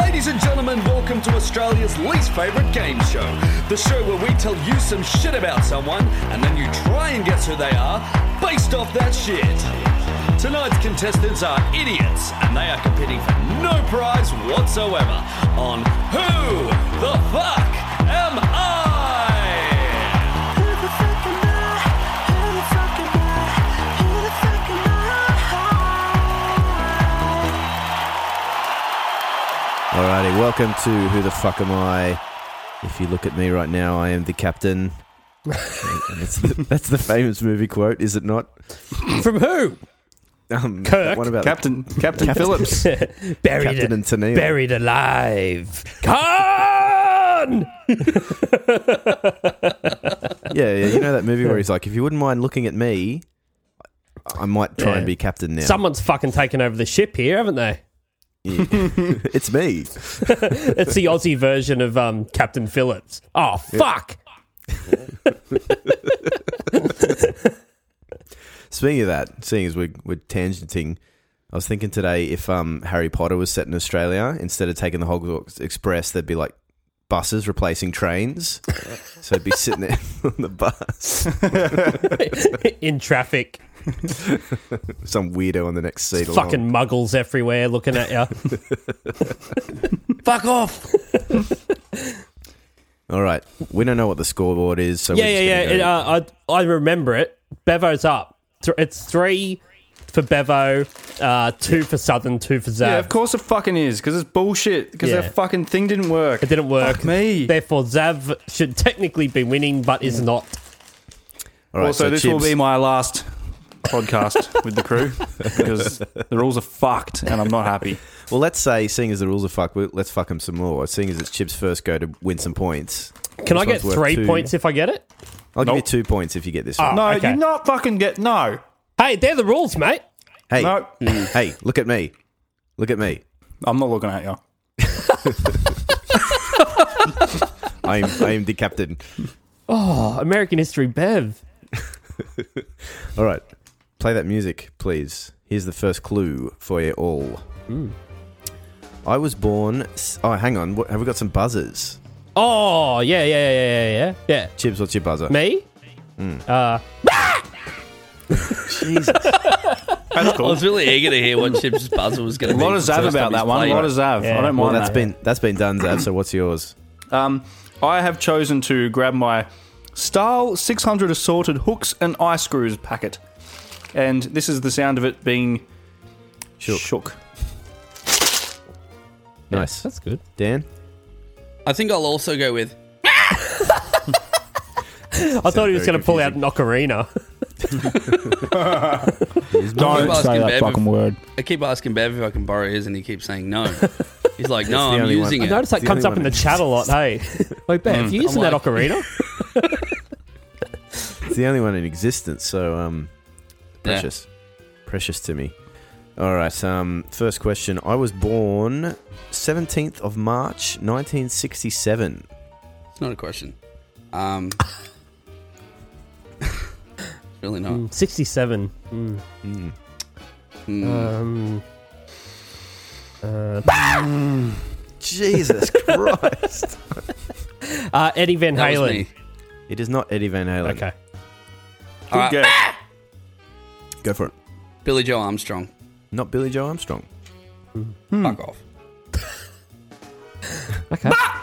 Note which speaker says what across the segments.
Speaker 1: Ladies and gentlemen, welcome to Australia's least favourite game show. The show where we tell you some shit about someone and then you try and guess who they are based off that shit. Tonight's contestants are idiots and they are competing for no prize whatsoever on Who the Fuck Am I?
Speaker 2: Who the fuck am I? Who the fuck am I? Who the fuck am I?
Speaker 3: Alrighty, welcome to Who the Fuck Am I? If you look at me right now, I am the captain. that's, the, that's the famous movie quote, is it not?
Speaker 4: From who?
Speaker 3: Um,
Speaker 4: Kirk.
Speaker 3: that one about
Speaker 5: Captain Captain Phillips.
Speaker 4: Buried
Speaker 3: Captain and Tennille.
Speaker 4: Buried alive. Con!
Speaker 3: Yeah, yeah, you know that movie where he's like, if you wouldn't mind looking at me, I might try
Speaker 4: Yeah.
Speaker 3: and be captain now.
Speaker 4: Someone's fucking taken over the ship here, haven't they?
Speaker 3: Yeah. it's me.
Speaker 4: It's the Aussie version of um, Captain Phillips. Oh, fuck.
Speaker 3: Speaking of that, seeing as we're, we're tangenting, I was thinking today if um, Harry Potter was set in Australia, instead of taking the Hogwarts Express, there'd be like buses replacing trains. so it'd be sitting there on the bus,
Speaker 4: In traffic.
Speaker 3: some weirdo on the next seat. along.
Speaker 4: Fucking muggles everywhere looking at you. Fuck off.
Speaker 3: All right. We don't know what the scoreboard is. So
Speaker 4: Yeah,
Speaker 3: we're
Speaker 4: yeah,
Speaker 3: just
Speaker 4: yeah.
Speaker 3: gonna
Speaker 4: It,
Speaker 3: go-
Speaker 4: uh, I, I remember it. Bevo's up. Th- It's three for Bevo, uh, two for Southern, two for Zav.
Speaker 5: yeah, of course it fucking is because it's bullshit. Because
Speaker 4: Yeah.
Speaker 5: their fucking thing didn't work.
Speaker 4: It didn't work.
Speaker 5: Fuck me.
Speaker 4: Therefore, Zav should technically be winning, but is not.
Speaker 3: All right,
Speaker 5: also,
Speaker 3: so
Speaker 5: this will
Speaker 3: Chibs-
Speaker 5: be my last podcast with the crew because the rules are fucked and I'm not happy.
Speaker 3: Well, let's say, seeing as the rules are fucked, we- let's fuck him some more. Seeing as it's Chip's first go to win some points.
Speaker 4: Can I
Speaker 3: This one's
Speaker 4: get
Speaker 3: worth
Speaker 4: three
Speaker 3: two.
Speaker 4: points if I get it?
Speaker 3: I'll
Speaker 5: Nope. Ah,
Speaker 3: give you two points if you get this one.
Speaker 5: No,
Speaker 4: okay.
Speaker 5: you're not fucking get no.
Speaker 4: Hey, they're the rules, mate.
Speaker 3: hey,
Speaker 5: No,
Speaker 3: hey, look at me. Look at me.
Speaker 5: I'm not looking at you.
Speaker 3: I am, I am the captain.
Speaker 4: Oh, American History Bev.
Speaker 3: All right. Play that music, please. Here's the first clue for you all. I was born. s- Oh, hang on. What, have we got some buzzers?
Speaker 4: Oh, yeah, yeah, yeah, yeah, yeah.
Speaker 3: Chibs, what's your buzzer?
Speaker 4: Yeah. Me?
Speaker 5: That's cool.
Speaker 6: I was really eager to hear what Chip's buzzer was going
Speaker 5: A
Speaker 6: to be.
Speaker 5: lot of
Speaker 6: First
Speaker 5: Zav
Speaker 6: time
Speaker 5: about
Speaker 6: he's
Speaker 5: that one. A
Speaker 6: played.
Speaker 5: lot of Zav.
Speaker 4: Yeah.
Speaker 5: I don't
Speaker 4: Well,
Speaker 5: mind
Speaker 3: That's
Speaker 5: that.
Speaker 3: been that's been done, Zav. So what's yours?
Speaker 5: Um, I have chosen to grab my Stahl 600 assorted hooks and eye screws packet, and this is the sound of it being
Speaker 3: Shook. Nice,
Speaker 4: That's good.
Speaker 3: Dan.
Speaker 6: I think I'll also go with.
Speaker 4: I thought he was
Speaker 3: very
Speaker 4: going to pull out an
Speaker 3: confusing.
Speaker 4: ocarina.
Speaker 6: I keep
Speaker 5: Don't
Speaker 6: asking Bev if-
Speaker 5: word.
Speaker 6: I keep asking Bev if I can borrow his, and he keeps saying no. He's like, no,
Speaker 3: the
Speaker 6: I'm
Speaker 3: only one.
Speaker 6: using
Speaker 3: I
Speaker 6: it.
Speaker 4: Notice that
Speaker 3: It's the
Speaker 4: comes
Speaker 3: only
Speaker 4: up in
Speaker 3: one
Speaker 4: the
Speaker 3: who-
Speaker 4: chat a lot, hey. Mm, Wait, Bev, you using
Speaker 6: I'm
Speaker 4: that
Speaker 6: like-
Speaker 4: ocarina?
Speaker 3: It's the only one in existence, so um,
Speaker 6: Yeah.
Speaker 3: precious, precious to me. All right. Um, first question. I was born seventeenth of March, nineteen sixty-seven.
Speaker 6: It's not a question. Um, really not.
Speaker 5: Hmm.
Speaker 4: Mm, 67. Mm.
Speaker 6: Mm.
Speaker 4: Um, uh,
Speaker 3: Jesus Christ!
Speaker 4: uh, Eddie Van
Speaker 6: that was
Speaker 4: Halen.
Speaker 6: me.
Speaker 3: It is not Eddie Van Halen.
Speaker 4: Okay.
Speaker 6: All right,
Speaker 5: Ah!
Speaker 3: go for it.
Speaker 6: Billy Joe Armstrong.
Speaker 3: Not Billy Joe Armstrong.
Speaker 5: Hmm.
Speaker 6: Fuck off.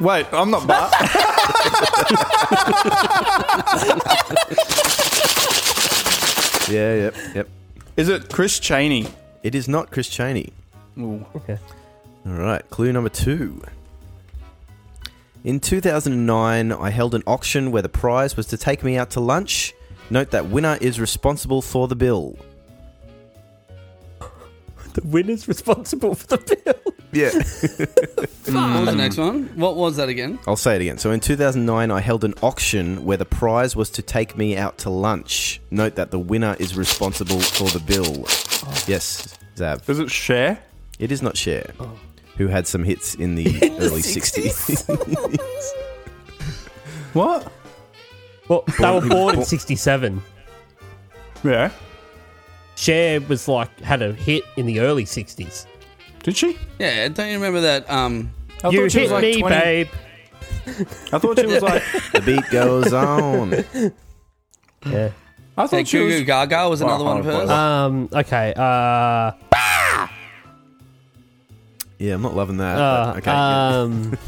Speaker 5: Wait, I'm not Bart.
Speaker 3: Yeah. Yep. Yep.
Speaker 5: is it Chris Cheney?
Speaker 3: It is not Chris Cheney.
Speaker 5: Ooh.
Speaker 3: All right, clue number two. In 2009, I held an auction where the prize was to take me out to lunch. Note that winner is responsible for the bill.
Speaker 4: The winner's responsible for the bill.
Speaker 3: Yeah.
Speaker 6: What was the next one? What was that again?
Speaker 3: I'll say it again. So in 2009, I held an auction where the prize was to take me out to lunch. Note that the winner is responsible for the bill. Yes, Zab.
Speaker 5: Is it Cher?
Speaker 3: It is not Cher, who had some hits in the early 60s.
Speaker 5: What?
Speaker 4: Well, they were born in 67.
Speaker 5: Yeah.
Speaker 4: Cher was like had a hit in the early sixties.
Speaker 5: Did she?
Speaker 6: Yeah, don't you remember that? Um,
Speaker 5: I
Speaker 4: you
Speaker 5: thought she
Speaker 4: hit
Speaker 5: was like
Speaker 4: me,
Speaker 5: 20
Speaker 4: babe.
Speaker 5: I thought she was like.
Speaker 3: The beat goes on.
Speaker 4: Yeah.
Speaker 5: I
Speaker 6: yeah,
Speaker 5: thought she
Speaker 6: Goo Goo
Speaker 5: was.
Speaker 6: Gaga was another
Speaker 5: Oh,
Speaker 6: one of
Speaker 5: oh,
Speaker 6: hers.
Speaker 5: oh.
Speaker 4: Um. Okay. Uh.
Speaker 3: Yeah, I'm not loving that.
Speaker 4: uh,
Speaker 3: but okay. yeah.
Speaker 4: Um.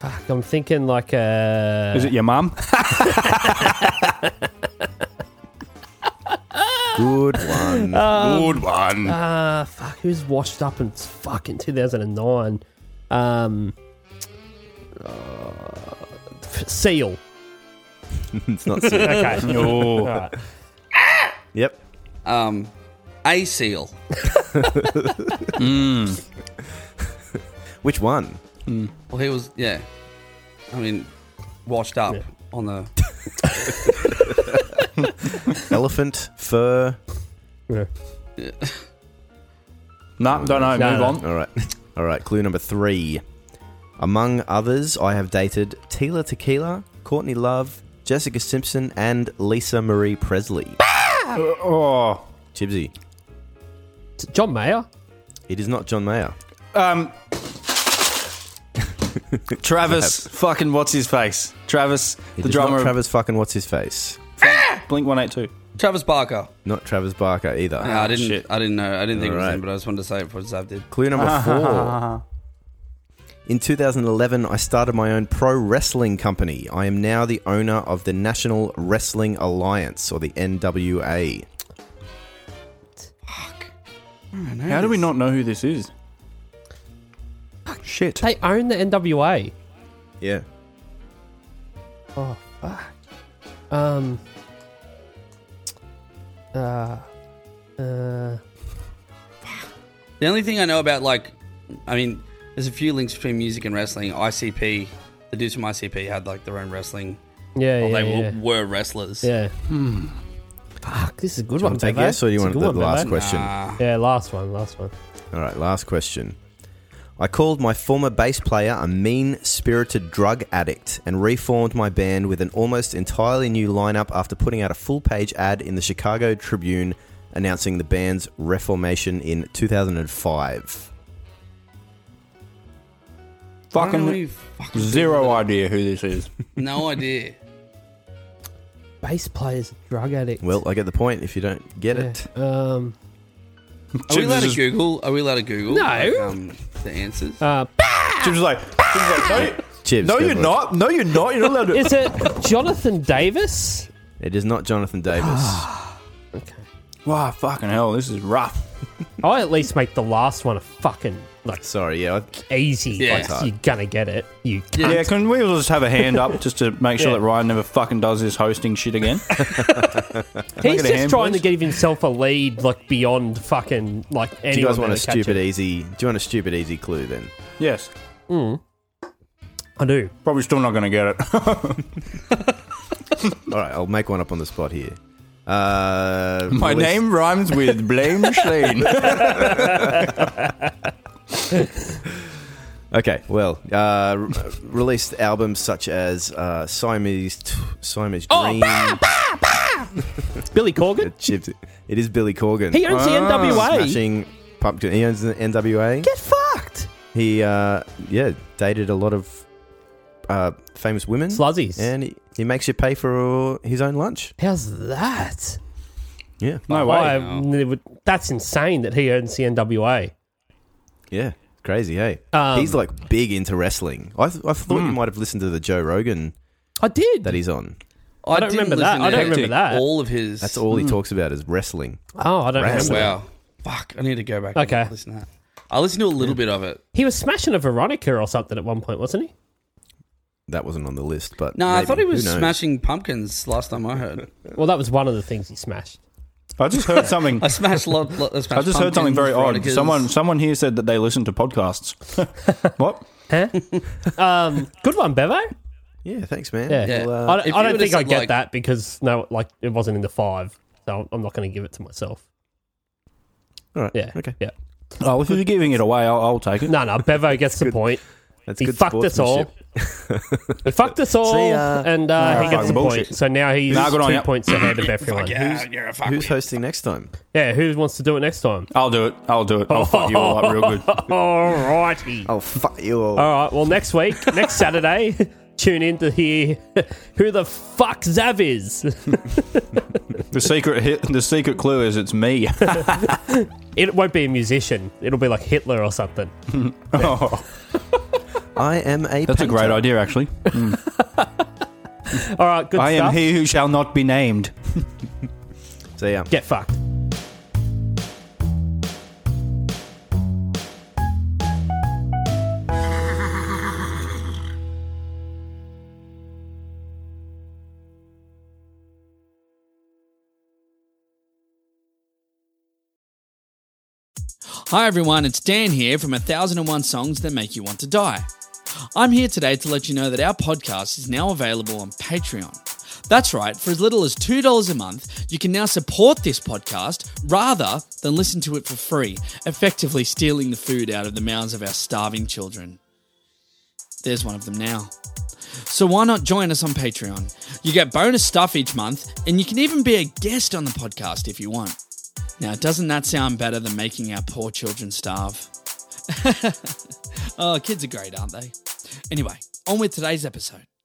Speaker 4: fuck, I'm thinking like uh, a.
Speaker 5: Is it your mum?
Speaker 3: Good one.
Speaker 5: Good one.
Speaker 4: Uh, fuck, who's washed up and it's fucking 2009? Um, uh, Seal.
Speaker 3: it's not serious.
Speaker 4: Okay.
Speaker 5: No.
Speaker 4: Alright.
Speaker 3: Yep.
Speaker 6: Um, a seal.
Speaker 3: Which one?
Speaker 6: Well, he was. Yeah, I mean, washed up on the.
Speaker 3: Elephant, fur.
Speaker 4: Yeah.
Speaker 5: No, don't know.
Speaker 4: No,
Speaker 5: Move
Speaker 4: no.
Speaker 5: on.
Speaker 3: All right. All right. Clue number three. Among others, I have dated Tila Tequila, Courtney Love, Jessica Simpson, and Lisa Marie Presley.
Speaker 5: Oh.
Speaker 3: Chibsy,
Speaker 4: It's John Mayer?
Speaker 3: it is not John Mayer.
Speaker 5: Um. Travis, fucking what's his face? Travis,
Speaker 3: It
Speaker 5: the
Speaker 3: is not
Speaker 5: drummer. of
Speaker 3: Travis fucking what's his face?
Speaker 5: Blink One Eight Two.
Speaker 6: Travis Barker.
Speaker 3: Not Travis Barker either.
Speaker 6: No, I didn't.
Speaker 5: shit.
Speaker 6: I didn't know. I didn't think it was
Speaker 3: Alright.
Speaker 6: him, but I just wanted to say it before Zav did.
Speaker 3: Clue number four. In 2011, I started my own pro wrestling company. I am now the owner of the National Wrestling Alliance, or the NWA.
Speaker 5: How do we not know who this is? Shit.
Speaker 4: They own the NWA.
Speaker 3: Yeah.
Speaker 4: Um. Uh. Uh.
Speaker 6: The only thing I know about, like, I mean, there's a few links between music and wrestling. ICP, the dudes from ICP had like their own wrestling.
Speaker 4: Yeah,
Speaker 6: Well,
Speaker 4: yeah,
Speaker 6: Oh, they
Speaker 4: yeah.
Speaker 6: w- were wrestlers.
Speaker 4: yeah. Hmm. Fuck, this is a good
Speaker 3: Do you
Speaker 4: one.
Speaker 3: want to take
Speaker 4: Bevo.
Speaker 3: yes, or do you
Speaker 4: It's a
Speaker 3: want the,
Speaker 4: good
Speaker 3: the
Speaker 4: one,
Speaker 3: last
Speaker 4: Bevo.
Speaker 3: question?
Speaker 4: Yeah, last one, last one.
Speaker 3: All right, last question. I called my former bass player a mean spirited drug addict and reformed my band with an almost entirely new lineup after putting out a full page ad in the Chicago Tribune announcing the band's reformation in 2005.
Speaker 6: Why don't we
Speaker 5: Fucking
Speaker 6: fucking
Speaker 5: zero idea who this is.
Speaker 6: No idea.
Speaker 4: Bass players, drug addicts.
Speaker 3: Well, I get the point if you don't get
Speaker 4: yeah.
Speaker 3: it.
Speaker 4: um.
Speaker 6: Are we allowed to
Speaker 5: Chibs is-
Speaker 6: Google? Are we allowed to Google?
Speaker 4: No.
Speaker 6: like, um, the answers.
Speaker 4: Uh,
Speaker 5: Chibs is like, Chibs is like, no, you-
Speaker 3: Chibs,
Speaker 5: no,
Speaker 3: good
Speaker 5: you're
Speaker 3: luck.
Speaker 5: not. No, you're not. You're not allowed to.
Speaker 4: is it Jonathan Davis?
Speaker 3: It is not Jonathan Davis.
Speaker 4: Ah.
Speaker 5: Wow, fucking hell, this is rough.
Speaker 4: I at least make the last one a fucking like
Speaker 3: Sorry, yeah.
Speaker 4: easy.
Speaker 6: Yeah.
Speaker 4: Like, you're gonna get it. You
Speaker 6: Yeah.
Speaker 4: can't.
Speaker 5: Yeah, can we all just have a hand up just to make sure
Speaker 4: Yeah.
Speaker 5: that Ryan never fucking does this hosting shit again?
Speaker 4: He's
Speaker 5: get a
Speaker 4: just
Speaker 5: hand,
Speaker 4: trying to
Speaker 5: please?
Speaker 4: give himself a lead, like beyond fucking like anyone.
Speaker 3: Do you guys want
Speaker 4: gonna
Speaker 3: a
Speaker 4: catch
Speaker 3: stupid
Speaker 4: it.
Speaker 3: easy? Do you want a stupid easy clue then?
Speaker 5: yes.
Speaker 3: e-
Speaker 4: I do.
Speaker 5: Probably still not going to get it.
Speaker 3: All right, I'll make one up on the spot here. Uh,
Speaker 5: My
Speaker 3: released-
Speaker 5: name rhymes with Blame Shane.
Speaker 3: Okay, well, uh, re- released albums such as uh, Siamese, t- Siamese
Speaker 5: Oh,
Speaker 3: Dream.
Speaker 5: ah!
Speaker 4: Billy Corgan.
Speaker 3: Chips- It is Billy Corgan. Ah,
Speaker 4: He owns the NWA.
Speaker 3: smashing pumpkin. He owns the NWA.
Speaker 4: Get fucked.
Speaker 3: He, uh, yeah, dated a lot of uh, famous women,
Speaker 4: Sluzzies.
Speaker 3: and he, he makes you pay for uh, his own lunch.
Speaker 4: How's that?
Speaker 3: Yeah,
Speaker 5: No
Speaker 4: I,
Speaker 5: way.
Speaker 4: it would- that's insane that he owns the NWA.
Speaker 3: yeah, crazy, hey.
Speaker 4: Um,
Speaker 3: he's like big into wrestling. I, th- I thought you might have listened to the Joe Rogan
Speaker 4: I did.
Speaker 3: that he's on.
Speaker 6: I
Speaker 4: don't
Speaker 6: didn't
Speaker 4: remember that.
Speaker 6: listen
Speaker 4: I don't
Speaker 6: to
Speaker 4: remember that.
Speaker 6: All of his.
Speaker 3: That's all he talks about is wrestling.
Speaker 4: oh, I don't
Speaker 3: Wrestling.
Speaker 4: remember. that.
Speaker 6: Wow. Fuck. I need to go back.
Speaker 4: Okay.
Speaker 6: And listen to that. I listened to a little bit of it.
Speaker 4: He was smashing a Veronica or something at one point, wasn't he?
Speaker 3: That wasn't on the list, but
Speaker 6: No, I
Speaker 3: maybe.
Speaker 6: thought he
Speaker 3: Who
Speaker 6: was
Speaker 3: knows?
Speaker 6: smashing pumpkins last time I heard.
Speaker 4: Well, that was one of the things he smashed.
Speaker 5: I just heard something.
Speaker 6: I smashed lot. lot I,
Speaker 5: I
Speaker 6: smashed
Speaker 5: just heard something
Speaker 6: pumpkins,
Speaker 5: very odd.
Speaker 6: veronicas.
Speaker 5: Someone, someone here said that they listen to podcasts. what?
Speaker 4: Huh? um, good one, Bevo.
Speaker 3: Yeah, thanks, man. uh,
Speaker 4: Yeah. I,
Speaker 6: Yeah.
Speaker 4: don't-
Speaker 6: If
Speaker 4: I
Speaker 6: you
Speaker 4: don't
Speaker 6: would've
Speaker 4: think I
Speaker 6: said,
Speaker 4: get
Speaker 6: like-
Speaker 4: that because no, like it wasn't in the five, so I'm not going to give it to myself.
Speaker 3: All right.
Speaker 4: Yeah.
Speaker 3: Okay.
Speaker 4: Yeah.
Speaker 5: Oh, if you're giving it away, I'll, I'll take it.
Speaker 4: No, no. Bevo gets the point.
Speaker 3: That's
Speaker 4: he
Speaker 3: good
Speaker 4: fucked us all.
Speaker 3: sportsmanship.
Speaker 4: He fucked us all,
Speaker 3: See ya.
Speaker 4: and uh,
Speaker 5: Nah,
Speaker 4: he gets
Speaker 5: fucking
Speaker 4: the
Speaker 5: bullshit.
Speaker 4: point. So now he's
Speaker 5: Nah, good on
Speaker 4: two
Speaker 5: ya.
Speaker 4: points ahead of everyone.
Speaker 7: Yeah, you're a fuck.
Speaker 3: Who's hosting next time?
Speaker 4: Yeah, who wants to do it next time?
Speaker 5: I'll do it. I'll do it. I'll fuck you all up real good.
Speaker 4: Alrighty.
Speaker 3: Oh, fuck you all.
Speaker 4: All right. Well, next week, next Saturday, tune in to hear who the fuck Zav is.
Speaker 5: The secret hit, the secret clue is it's me.
Speaker 4: It won't be a musician. It'll be like Hitler or something.
Speaker 5: Oh,
Speaker 3: I am a
Speaker 5: that's a great
Speaker 3: painter.
Speaker 5: idea, actually.
Speaker 4: All right. Good
Speaker 5: I
Speaker 4: stuff.
Speaker 5: am he who shall not be named.
Speaker 3: See ya.
Speaker 4: Get fucked.
Speaker 6: Hi everyone, it's Dan here from 1001 Songs That Make You Want to Die. I'm here today to let you know that our podcast is now available on Patreon. That's right, for as little as $2 a month, you can now support this podcast rather than listen to it for free, effectively stealing the food out of the mouths of our starving children. There's one of them now. So why not join us on Patreon? You get bonus stuff each month, and you can even be a guest on the podcast if you want. Now, doesn't that sound better than making our poor children starve? oh, kids are great, aren't they? Anyway, on with today's episode.